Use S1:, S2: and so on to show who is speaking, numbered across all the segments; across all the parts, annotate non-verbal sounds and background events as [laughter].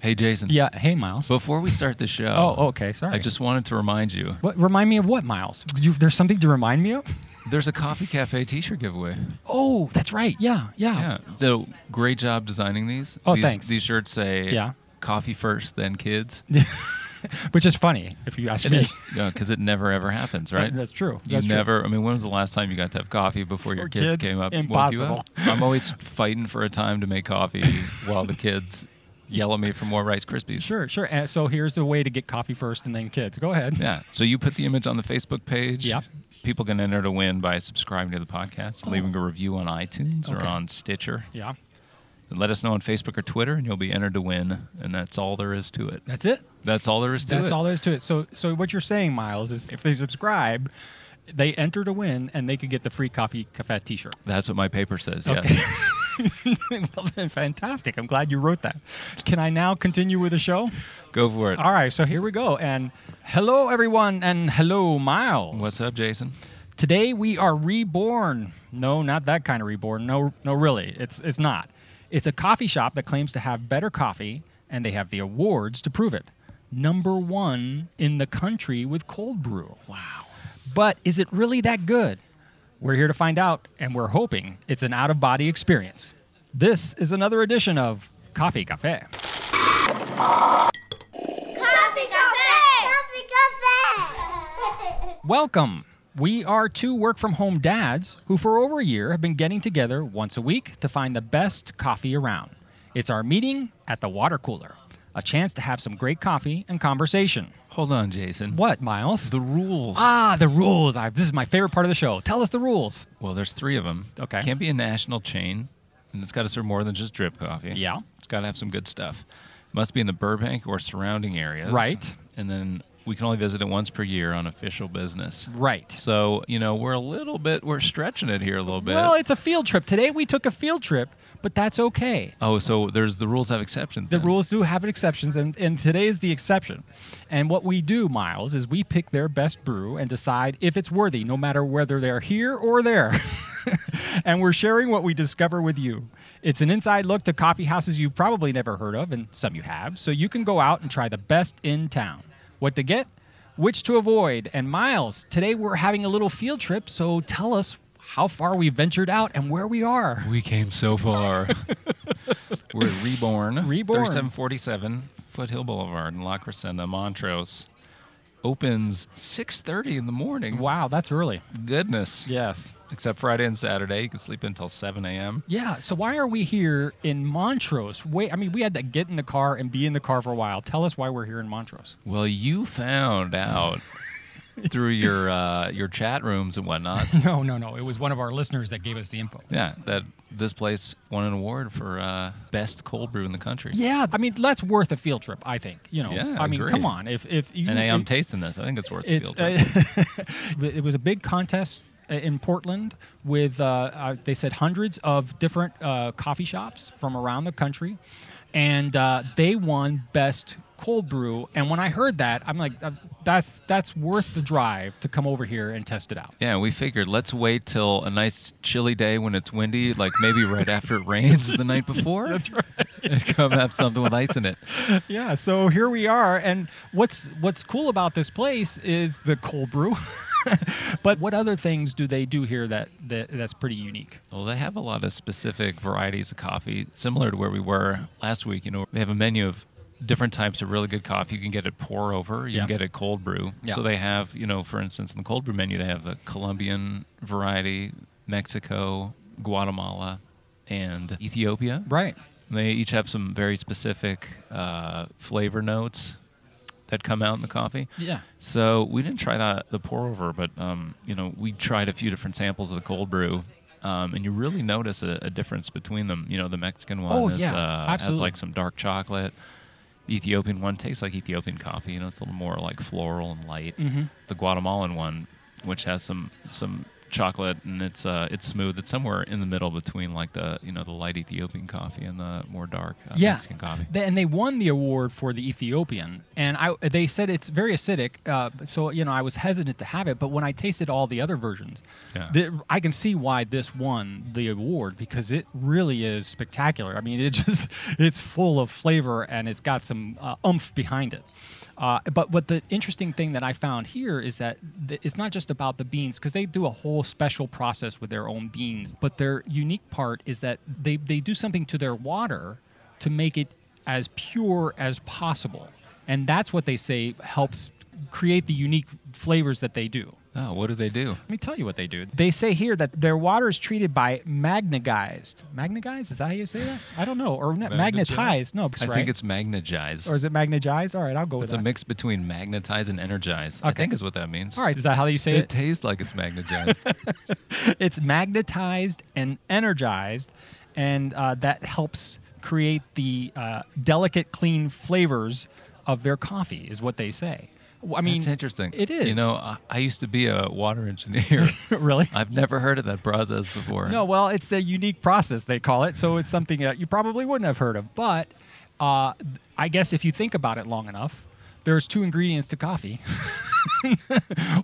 S1: Hey, Jason.
S2: Yeah. Hey, Miles.
S1: Before we start the show,
S2: Oh, okay. Sorry.
S1: I just wanted to remind you
S2: What, remind me of what, Miles? You, there's something to remind me of?
S1: there's a Coffee Cafe t shirt giveaway.
S2: Oh, that's right. Yeah. Yeah.
S1: Yeah. So great job designing these.
S2: Oh,
S1: these,
S2: thanks.
S1: These shirts say
S2: Yeah.
S1: coffee first, then
S2: [laughs]
S1: kids.
S2: Which is funny if you ask me. [laughs]
S1: Because it never ever happens, right?
S2: That's true.
S1: You
S2: That's true.
S1: never. I mean, when was the last time you got to have coffee before your
S2: Before
S1: kids,
S2: kids?
S1: came up? and woke you
S2: Impossible.
S1: up? [laughs] I'm always fighting for a time to make coffee while the kids yell at me for more Rice Krispies.
S2: Sure, sure. And so here's a way to get coffee first and then kids. Go ahead.
S1: Yeah. So you put the image on the Facebook page.
S2: Yep.
S1: People can enter to win by subscribing to the podcast, leaving a review on iTunes or
S2: Oh. Okay.
S1: on Stitcher.
S2: Yeah.
S1: And let us know on Facebook or Twitter, and you'll be entered to win. And that's all there is to it.
S2: That's it.
S1: That's all there is to
S2: That's
S1: it.
S2: all there is to it. So so what you're saying, Miles, is if they subscribe, they enter to win and they could get the free coffee cafe t-shirt.
S1: That's what my paper says.
S2: Okay.
S1: Yes.
S2: [laughs] well then fantastic. I'm glad you wrote that. Can I now continue with the show?
S1: [laughs] Go for it.
S2: All right, so here we go. And hello everyone and hello Miles.
S1: What's up, Jason?
S2: Today we are reborn. No, not that kind of reborn. No, no, really, it's it's not. It's a coffee shop that claims to have better coffee, and they have the awards to prove it. Number one in the country with cold brew. Wow. But is it really that good? We're here to find out, and we're hoping it's an out of body experience. This is another edition of Coffee Cafe.
S3: Coffee Cafe! Coffee [laughs] Cafe!
S2: Welcome. We are two work from home dads who, for over a year, have been getting together once a week to find the best coffee around. It's our meeting at the water cooler, a chance to have some great coffee and conversation.
S1: Hold on, Jason.
S2: What, Miles?
S1: The rules.
S2: ah, the rules. I, this is my favorite part of the show. Tell us the rules.
S1: Well, there's three of them.
S2: Okay.
S1: Can't be a national chain, and it's got to serve more than just drip coffee.
S2: Yeah.
S1: It's got to have some good stuff. Must be in the Burbank or surrounding areas.
S2: Right.
S1: And then we can only visit it once per year on official business.
S2: Right.
S1: So you know we're a little bit we're stretching it here a little bit.
S2: Well, it's a field trip. Today we took a field trip, but that's okay.
S1: oh, so there's the rules have exceptions.
S2: The
S1: then.
S2: rules do have exceptions, and, and today is the exception. And what we do, Miles, is we pick their best brew and decide if it's worthy, no matter whether they're here or there. [laughs] and we're sharing what we discover with you. It's an inside look to coffee houses you've probably never heard of, and some you have, so you can go out and try the best in town. What to get, which to avoid. And Miles, today we're having a little field trip, so tell us how far we ventured out and where we are.
S1: We came so
S2: [laughs]
S1: far. We're at Reborn.
S2: Reborn.
S1: 3747 Foothill Boulevard in La Crescenta, Montrose. Opens 6.30 in the morning.
S2: Wow, that's early.
S1: Goodness.
S2: Yes.
S1: Except Friday and Saturday. You can sleep until 7 a.m.
S2: Yeah. So why are we here in Montrose? Wait, I mean, we had to get in the car and be in the car for a while. Tell us why we're here in Montrose.
S1: Well, you found out through your uh, your chat rooms and whatnot,
S2: [laughs] No, no, no. It was one of our listeners that gave us the info.
S1: yeah, that this place won an award for uh, best cold brew in the country.
S2: Yeah. I mean, that's worth a field trip. I think. You know.
S1: Yeah,
S2: I mean,
S1: agreed.
S2: come on. If if you
S1: And hey, I'm
S2: it-
S1: tasting this. I think it's worth the
S2: it's uh,
S1: field trip.
S2: [laughs] it was a big contest in Portland with uh, uh, they said hundreds of different uh, coffee shops from around the country, and uh, they won best cold brew. And when I heard that, I'm like, that's that's worth the drive to come over here and test it out.
S1: Yeah, we figured let's wait till a nice chilly day when it's windy, like maybe right after it rains the night before. That's right. And come have something with ice in it.
S2: [laughs] Yeah, so here we are, and what's what's cool about this place is the cold brew. [laughs] but what other things do they do here that, that that's pretty unique?
S1: Well, they have a lot of specific varieties of coffee, similar to where we were last week. You know, they have a menu of different types of really good coffee. You can get it pour over, you
S2: Yeah.
S1: can get it cold brew.
S2: Yeah.
S1: So they have, you know, for instance, in the cold brew menu, they have the Colombian variety, Mexico, Guatemala, and Ethiopia.
S2: Right.
S1: They each have some very specific uh, flavor notes that come out in the coffee.
S2: Yeah.
S1: So we didn't try that the pour over, but um, you know we tried a few different samples of the cold brew, um, and you really notice a, a difference between them. You know the Mexican one
S2: Oh,
S1: is,
S2: yeah,
S1: uh, has
S2: absolutely.
S1: like some dark chocolate. The Ethiopian one tastes like Ethiopian coffee.
S2: Mm-hmm.
S1: You know it's a little more like floral and light. The Guatemalan one, which has some some chocolate, and it's uh, it's smooth. It's somewhere in the middle between like the you know the light Ethiopian coffee and the more dark uh,
S2: yeah.
S1: Mexican coffee.
S2: They- and they won the award for the Ethiopian, and I they said it's very acidic. Uh, so you know, I was hesitant to have it, but when I tasted all the other versions,
S1: Yeah.
S2: the- I can see why this won the award because it really is spectacular. I mean, it [laughs] just it's full of flavor and it's got some uh, umph behind it. Uh, but what the interesting thing that I found here is that th- it's not just about the beans because they do a whole special process with their own beans. But their unique part is that they, they do something to their water to make it as pure as possible. And that's what they say helps create the unique flavors that they do.
S1: Oh, what do they do?
S2: Let me tell you what they do. They say here that their water is treated by magnetized. Magnetized? Is that how you say that? I don't know. Or not, magnetized? No,
S1: I
S2: right.
S1: think it's magnetize.
S2: or is it magnetized? All right, I'll go with
S1: it's
S2: that.
S1: a mix between magnetize and energize. I
S2: Okay.
S1: think is what that means.
S2: All right, is that how you say
S1: It
S2: it?
S1: tastes like it's magnetized.
S2: It's magnetized and energized, and uh, that helps create the uh, delicate, clean flavors of their coffee, is what they say. Well, [laughs] I mean,
S1: It's interesting.
S2: It is.
S1: You know, I, I used to be a water engineer.
S2: [laughs] really?
S1: I've never heard of that process before.
S2: No, well, it's the unique process they call it, so it's something that you probably wouldn't have heard of. But uh, I guess if you think about it long enough, there's two ingredients to coffee: [laughs]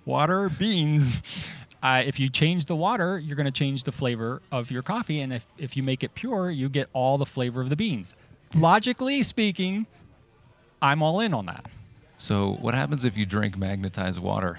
S2: water, beans. Uh, if you change the water, you're going to change the flavor of your coffee, and if if you make it pure, you get all the flavor of the beans. Logically speaking, I'm all in on that. [laughs]
S1: So what happens if you drink magnetized water?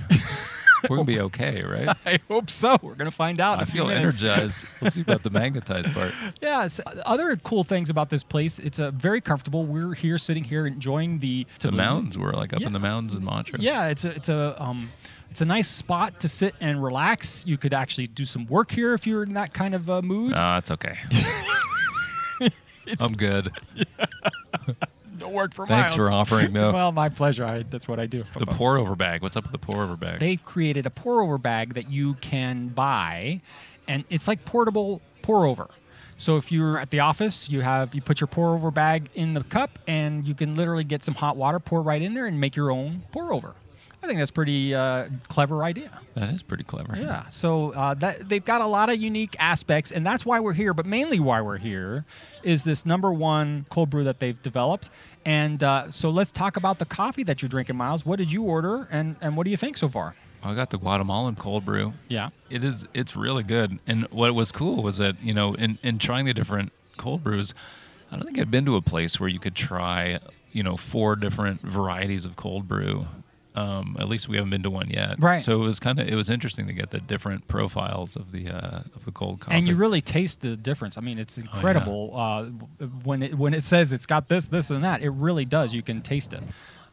S1: We're gonna be okay,
S2: [laughs]
S1: right?
S2: I hope so. We're going to find out. in
S1: I
S2: a few
S1: feel
S2: minutes.
S1: energized. Let's see about the magnetized
S2: [laughs]
S1: part.
S2: Yeah. It's, other cool things about this place. It's a very comfortable. We're here, sitting here, enjoying the
S1: The mountains were like up in the
S2: Yeah.
S1: mountains in Montreux.
S2: Yeah, it's a it's a um, it's a nice spot to sit and relax. You could actually do some work here if you're in that kind of uh, mood.
S1: Ah, it's
S2: [laughs]
S1: okay. I'm good.
S2: No work for
S1: Thanks for offering though.
S2: Well, my pleasure. I, that's what I do.
S1: the pour over bag. What's up with the pour over bag?
S2: They've created a pour over bag that you can buy, and it's like portable pour over. So if you're at the office, you have you put your pour over bag in the cup, and you can literally get some hot water, pour right in there, and make your own pour over. I think that's pretty uh, clever idea.
S1: that is pretty clever.
S2: Yeah. So uh, that they've got a lot of unique aspects, and that's why we're here. But mainly why we're here is this number one cold brew that they've developed. And uh, so let's talk about the coffee that you're drinking, Miles. What did you order, and and what do you think so far?
S1: I got the Guatemalan cold brew.
S2: Yeah.
S1: It is. It's really good. And what was cool was that you know, in in trying the different cold brews, I don't think I've been to a place where you could try you know four different varieties of cold brew. Um, at least we haven't been to one yet.
S2: Right.
S1: So it was kind of it was interesting to get the different profiles of the uh, of the cold coffee.
S2: And you really taste the difference. I mean, it's incredible uh, when it when it says it's got this, this, and that. It really does. You can taste it.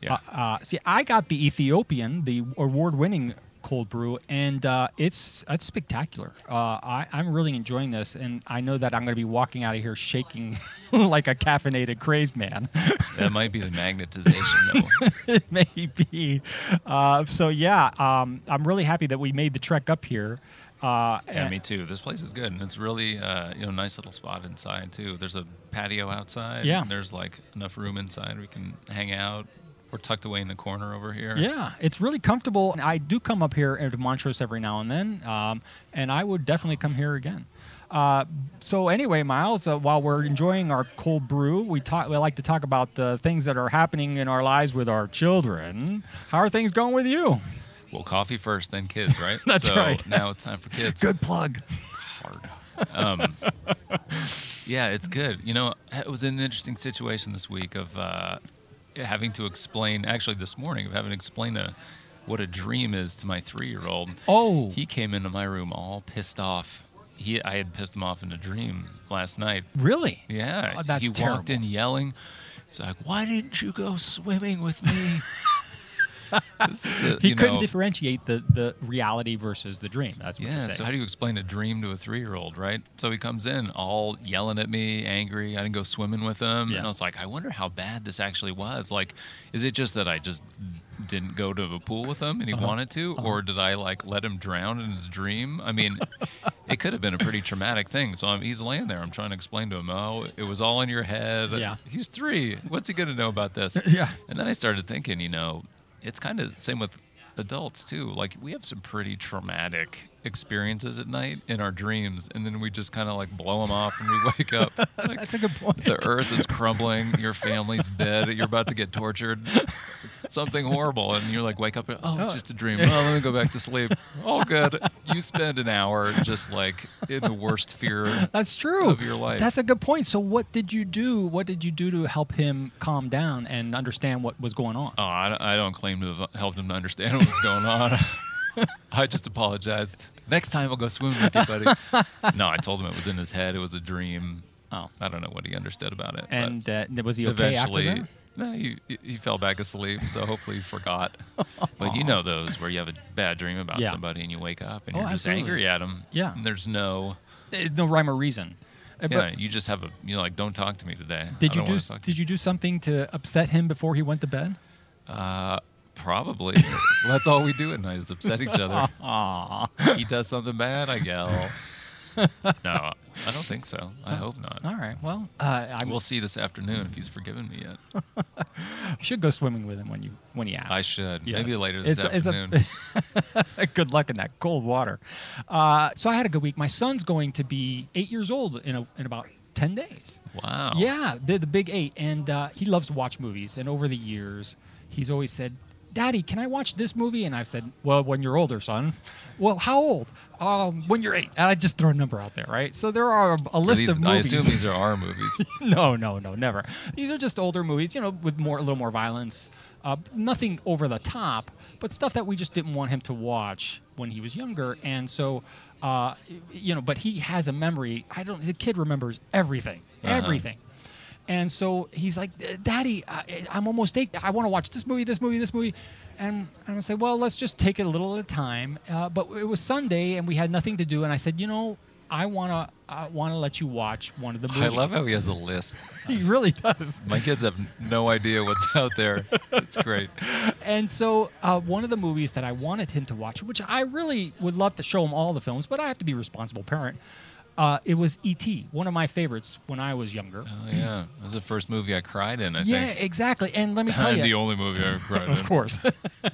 S1: Yeah.
S2: Uh, uh, see, I got the Ethiopian, the award-winning cold brew, and uh, it's it's spectacular. Uh, I, I'm really enjoying this, and I know that I'm going to be walking out of here shaking [laughs] like a caffeinated crazed man. [laughs]
S1: that might be the magnetization. though.
S2: Maybe. Uh, so yeah, um, I'm really happy that we made the trek up here. Uh,
S1: Yeah,
S2: and-
S1: me too. This place is good, and it's really uh, you know nice little spot inside too. There's a patio outside.
S2: Yeah.
S1: and There's like enough room inside we can hang out. We're tucked away in the corner over here.
S2: Yeah, it's really comfortable. And I do come up here to Montrose every now and then, um, and I would definitely come here again. Uh, so anyway, Miles, uh, while we're enjoying our cold brew, we talk. We like to talk about the things that are happening in our lives with our children. How are things going with you?
S1: Well, coffee first, then kids, right?
S2: [laughs] That's
S1: so [laughs]
S2: right.
S1: Now it's time for kids. Um,
S2: Good plug.
S1: Yeah, it's good. You know, it was an interesting situation this week of uh, having to explain. Actually, this morning of having to explain a, what a dream is to my three-year-old.
S2: Oh.
S1: He came into my room all pissed off. He, I had pissed him off in a dream last night.
S2: Really?
S1: Yeah.
S2: Oh, that's
S1: he walked
S2: terrible.
S1: in yelling. It's like, why didn't you go swimming with me? [laughs] This is a-
S2: He
S1: you
S2: couldn't
S1: know,
S2: differentiate the, the reality versus the dream. That's what
S1: Yeah.
S2: you're
S1: So
S2: saying.
S1: how do you explain a dream to a three-year-old, right? So he comes in all yelling at me, angry. I didn't go swimming with him,
S2: Yeah.
S1: and I was like, I wonder how bad this actually was. Like, is it just that I just didn't go to a pool with him and he
S2: Uh-huh.
S1: wanted to, or did I like let him drown in his dream? I mean, it could have been a pretty traumatic thing. So I'm, he's laying there. I'm trying to explain to him, oh, it was all in your head.
S2: Yeah.
S1: He's three. What's he gonna know about this?
S2: Yeah.
S1: And then I started thinking, you know, it's kind of same with adults too. Like we have some pretty traumatic experiences at night in our dreams, and then we just kind of like blow them off when we [laughs] wake up. Like,
S2: That's a good point.
S1: the earth is crumbling, your family's dead, you're about to get tortured. It's something horrible. And you're like, wake up, oh, it's just a dream. Oh, let me go back to sleep. All good. You spend an hour just like in the worst fear.
S2: That's true.
S1: of your life.
S2: That's a good point. So what did you do? What did you do to help him calm down and understand what was going on?
S1: Oh, I, I don't claim to have helped him to understand what's going on. [laughs] I just apologized. Next time I'll go swim with you,
S2: [laughs]
S1: buddy. No, I told him it was in his head. It was a dream.
S2: Oh.
S1: I don't know what he understood about it. but-
S2: And uh, was he okay
S1: eventually
S2: after that?
S1: no, he, he fell back asleep so hopefully he
S2: [laughs]
S1: forgot but you know those where you have a bad dream about
S2: Yeah.
S1: somebody and you wake up and
S2: Oh,
S1: you're just
S2: absolutely.
S1: angry at them
S2: Yeah.
S1: and there's no
S2: Uh, No rhyme or reason. Uh, but
S1: yeah, you just have a you know like don't talk to me today
S2: did you do did you do something to upset him before he went to bed? [laughs]
S1: probably that's all we do at night is upset each other he does something bad i yell
S2: [laughs]
S1: no i don't think so i hope not
S2: All right. Well, uh, I
S1: we'll see this afternoon if he's forgiven me yet
S2: should go swimming with him when you when he asks.
S1: i should
S2: Yes.
S1: maybe later this
S2: It's- it's a- [laughs]
S1: afternoon
S2: good luck in that cold water. Uh, so I had a good week. My son's going to be eight years old in a, in about ten days.
S1: wow
S2: Yeah, the, the big eight. And uh, he loves to watch movies. And over the years, he's always said, Daddy, can I watch this movie? And I've said, Well, when you're older, son. Well, how old? Um, when you're eight. And I just throw a number out there, right? So there are a, a
S1: Are
S2: list
S1: these-
S2: of
S1: i
S2: movies.
S1: assume these are our
S2: [laughs]
S1: movies
S2: no, no, no, never. These are just older movies, you know, with more a little more violence. Uh, nothing over the top, but stuff that we just didn't want him to watch when he was younger. And so, uh, you know, but he has a memory. I don't. The kid remembers everything,
S1: Uh-huh.
S2: everything. And so he's like, Daddy, I, I'm almost eight. I want to watch this movie, this movie, this movie. And I'm gonna say, well, let's just take it a little at a time. Uh, but it was Sunday, and we had nothing to do. And I said, you know, I wanna, I wanna let you watch one of the movies.
S1: I love how he has a list.
S2: [laughs] He really does.
S1: My kids have no idea what's [laughs] out there. It's great. Oh,
S2: And so, uh, one of the movies that I wanted him to watch, which I really would love to show him all the films, but I have to be a responsible parent. Uh, it was E.T., one of my favorites when I was younger.
S1: Oh yeah, that was the first movie I cried in. I
S2: yeah,
S1: think.
S2: exactly. And let
S1: [laughs]
S2: me tell you, [laughs]
S1: the only movie I cried in.
S2: of course.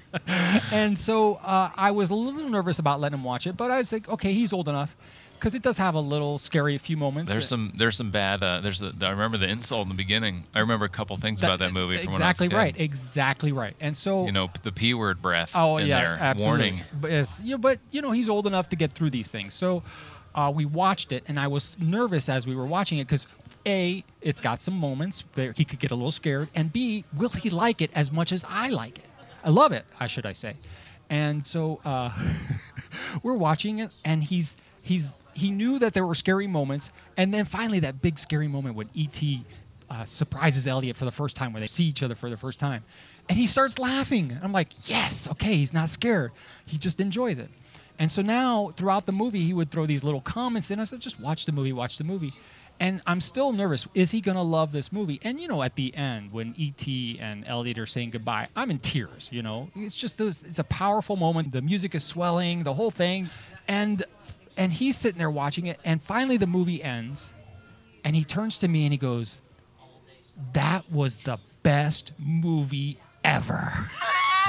S2: [laughs] and so uh, I was a little nervous about letting him watch it, but I was like, okay, he's old enough, because it does have a little scary few moments.
S1: There's some. There's some bad. Uh, there's. A, I remember the insult in the beginning. I remember a couple things about that movie. From
S2: Exactly
S1: when I was a
S2: right.
S1: kid.
S2: Exactly right. And so
S1: You know the p word breath.
S2: Oh
S1: in
S2: yeah,
S1: there.
S2: absolutely.
S1: Warning.
S2: But it's, yeah, but you know he's old enough to get through these things. So uh, we watched it, and I was nervous as we were watching it because a, it's got some moments where he could get a little scared, and b, will he like it as much as I like it? I love it, I should I say. And so uh, we're watching it, and he's he's he knew that there were scary moments, and then finally that big scary moment when E.T. Uh, surprises Elliot for the first time, where they see each other for the first time, and he starts laughing. I'm like, yes, okay, he's not scared. He just enjoys it. And so now, throughout the movie, he would throw these little comments in. I said, just watch the movie, watch the movie. And I'm still nervous. Is he going to love this movie? And, you know, at the end, when E.T. and Elliot are saying goodbye, I'm in tears, you know? It's just, those, it's a powerful moment. The music is swelling, the whole thing. And, and he's sitting there watching it. And finally, the movie ends. And he turns to me and he goes, that was the best movie ever.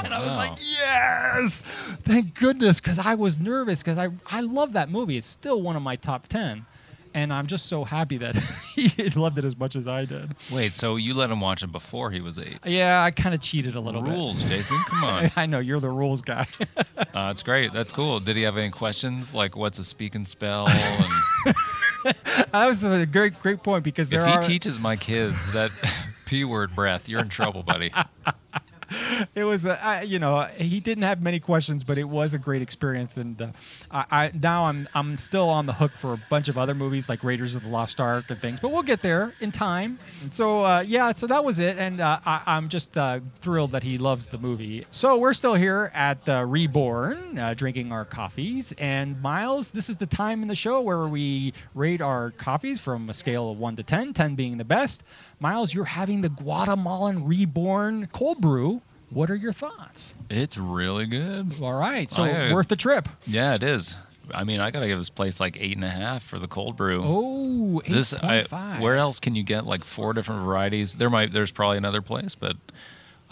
S2: and I was like, yes, thank goodness, because I was nervous because I, I love that movie. It's still one of my top 10. And I'm just so happy that [laughs] he loved it as much as I did.
S1: Wait. So you let him watch it before he was eight.
S2: Yeah, I kind of cheated a little
S1: Rules, Jason. Come on.
S2: bit. [laughs] I know you're the rules guy. [laughs]
S1: Uh, it's great. That's cool. Did he have any questions? Like, what's a speak and spell?
S2: [laughs]
S1: And
S2: that was a great, great point because there
S1: if he
S2: are.
S1: teaches my kids that [laughs] p word breath, you're in trouble,
S2: [laughs]
S1: buddy.
S2: it was a, I, you know he didn't have many questions but it was a great experience and uh, I, I now I'm I'm still on the hook for a bunch of other movies like Raiders of the Lost Ark and things but we'll get there in time so uh, yeah so that was it and uh, I, I'm just uh, thrilled that he loves the movie so we're still here at uh, Reborn uh, drinking our coffees and Miles this is the time in the show where we rate our coffees from a scale of 1 to 10 10 being the best Miles you're having the Guatemalan Reborn cold brew what are your thoughts?
S1: It's really good.
S2: All right, so
S1: I, uh,
S2: worth the trip.
S1: Yeah, it is. I mean, I gotta give this place like eight and a half for the cold brew.
S2: Oh,
S1: this, I,
S2: 8.5.
S1: where else can you get like four different varieties? There might, there's probably another place, but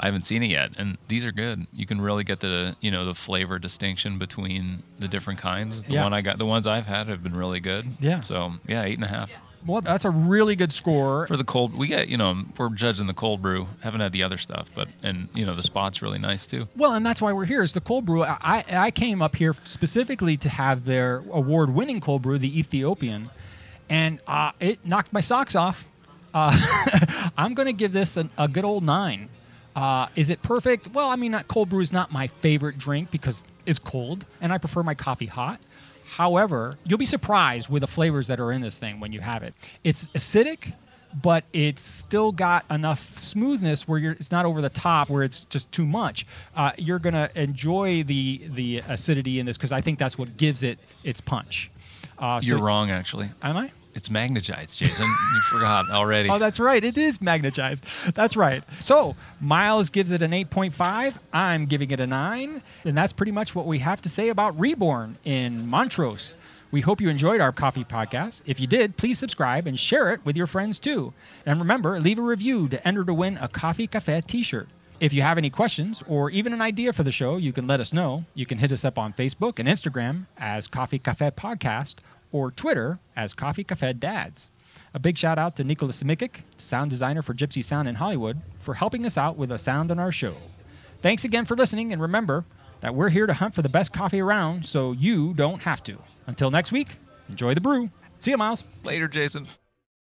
S1: I haven't seen it yet, and these are good. You can really get the you know the flavor distinction between the different kinds. The
S2: Yeah.
S1: one I got, the ones I've had have been really good.
S2: Yeah.
S1: So yeah, eight and a half
S2: Well, that's a really good score.
S1: for the cold. We get you know we're judging the cold brew. Haven't had the other stuff, but and you know the spot's really nice too.
S2: Well, and that's why we're here. Is the cold brew? I- I I came up here specifically to have their award-winning cold brew, the Ethiopian, and uh, it knocked my socks off. Uh, I'm going to give this an, a good old nine. Uh, is it perfect? Well, I mean, not, cold brew is not my favorite drink because it's cold, and I prefer my coffee hot. However, you'll be surprised with the flavors that are in this thing when you have it. It's acidic, but it's still got enough smoothness where you're, it's not over the top, where it's just too much. Uh, you're gonna enjoy the the acidity in this because I think that's what gives it its punch. Uh, so-
S1: You're wrong, actually.
S2: Am I?
S1: It's magnetized, Jason. you forgot already.
S2: Oh, that's right. It is magnetized. That's right. So Miles gives it an 8.5. I'm giving it a 9. And that's pretty much what we have to say about Reborn in Montrose. We hope you enjoyed our coffee podcast. If you did, please subscribe and share it with your friends too. And remember, leave a review to enter to win a Coffee Cafe t shirt. If you have any questions or even an idea for the show, you can let us know. You can hit us up on Facebook and Instagram as Coffee Cafe Podcast or Twitter as Coffee Cafe Dads. A big shout out to Nicholas Mikic, sound designer for Gypsy Sound in Hollywood, for helping us out with a sound on our show. Thanks again for listening, and remember that we're here to hunt for the best coffee around so you don't have to. Until next week, enjoy the brew. See you, Miles.
S1: Later, Jason.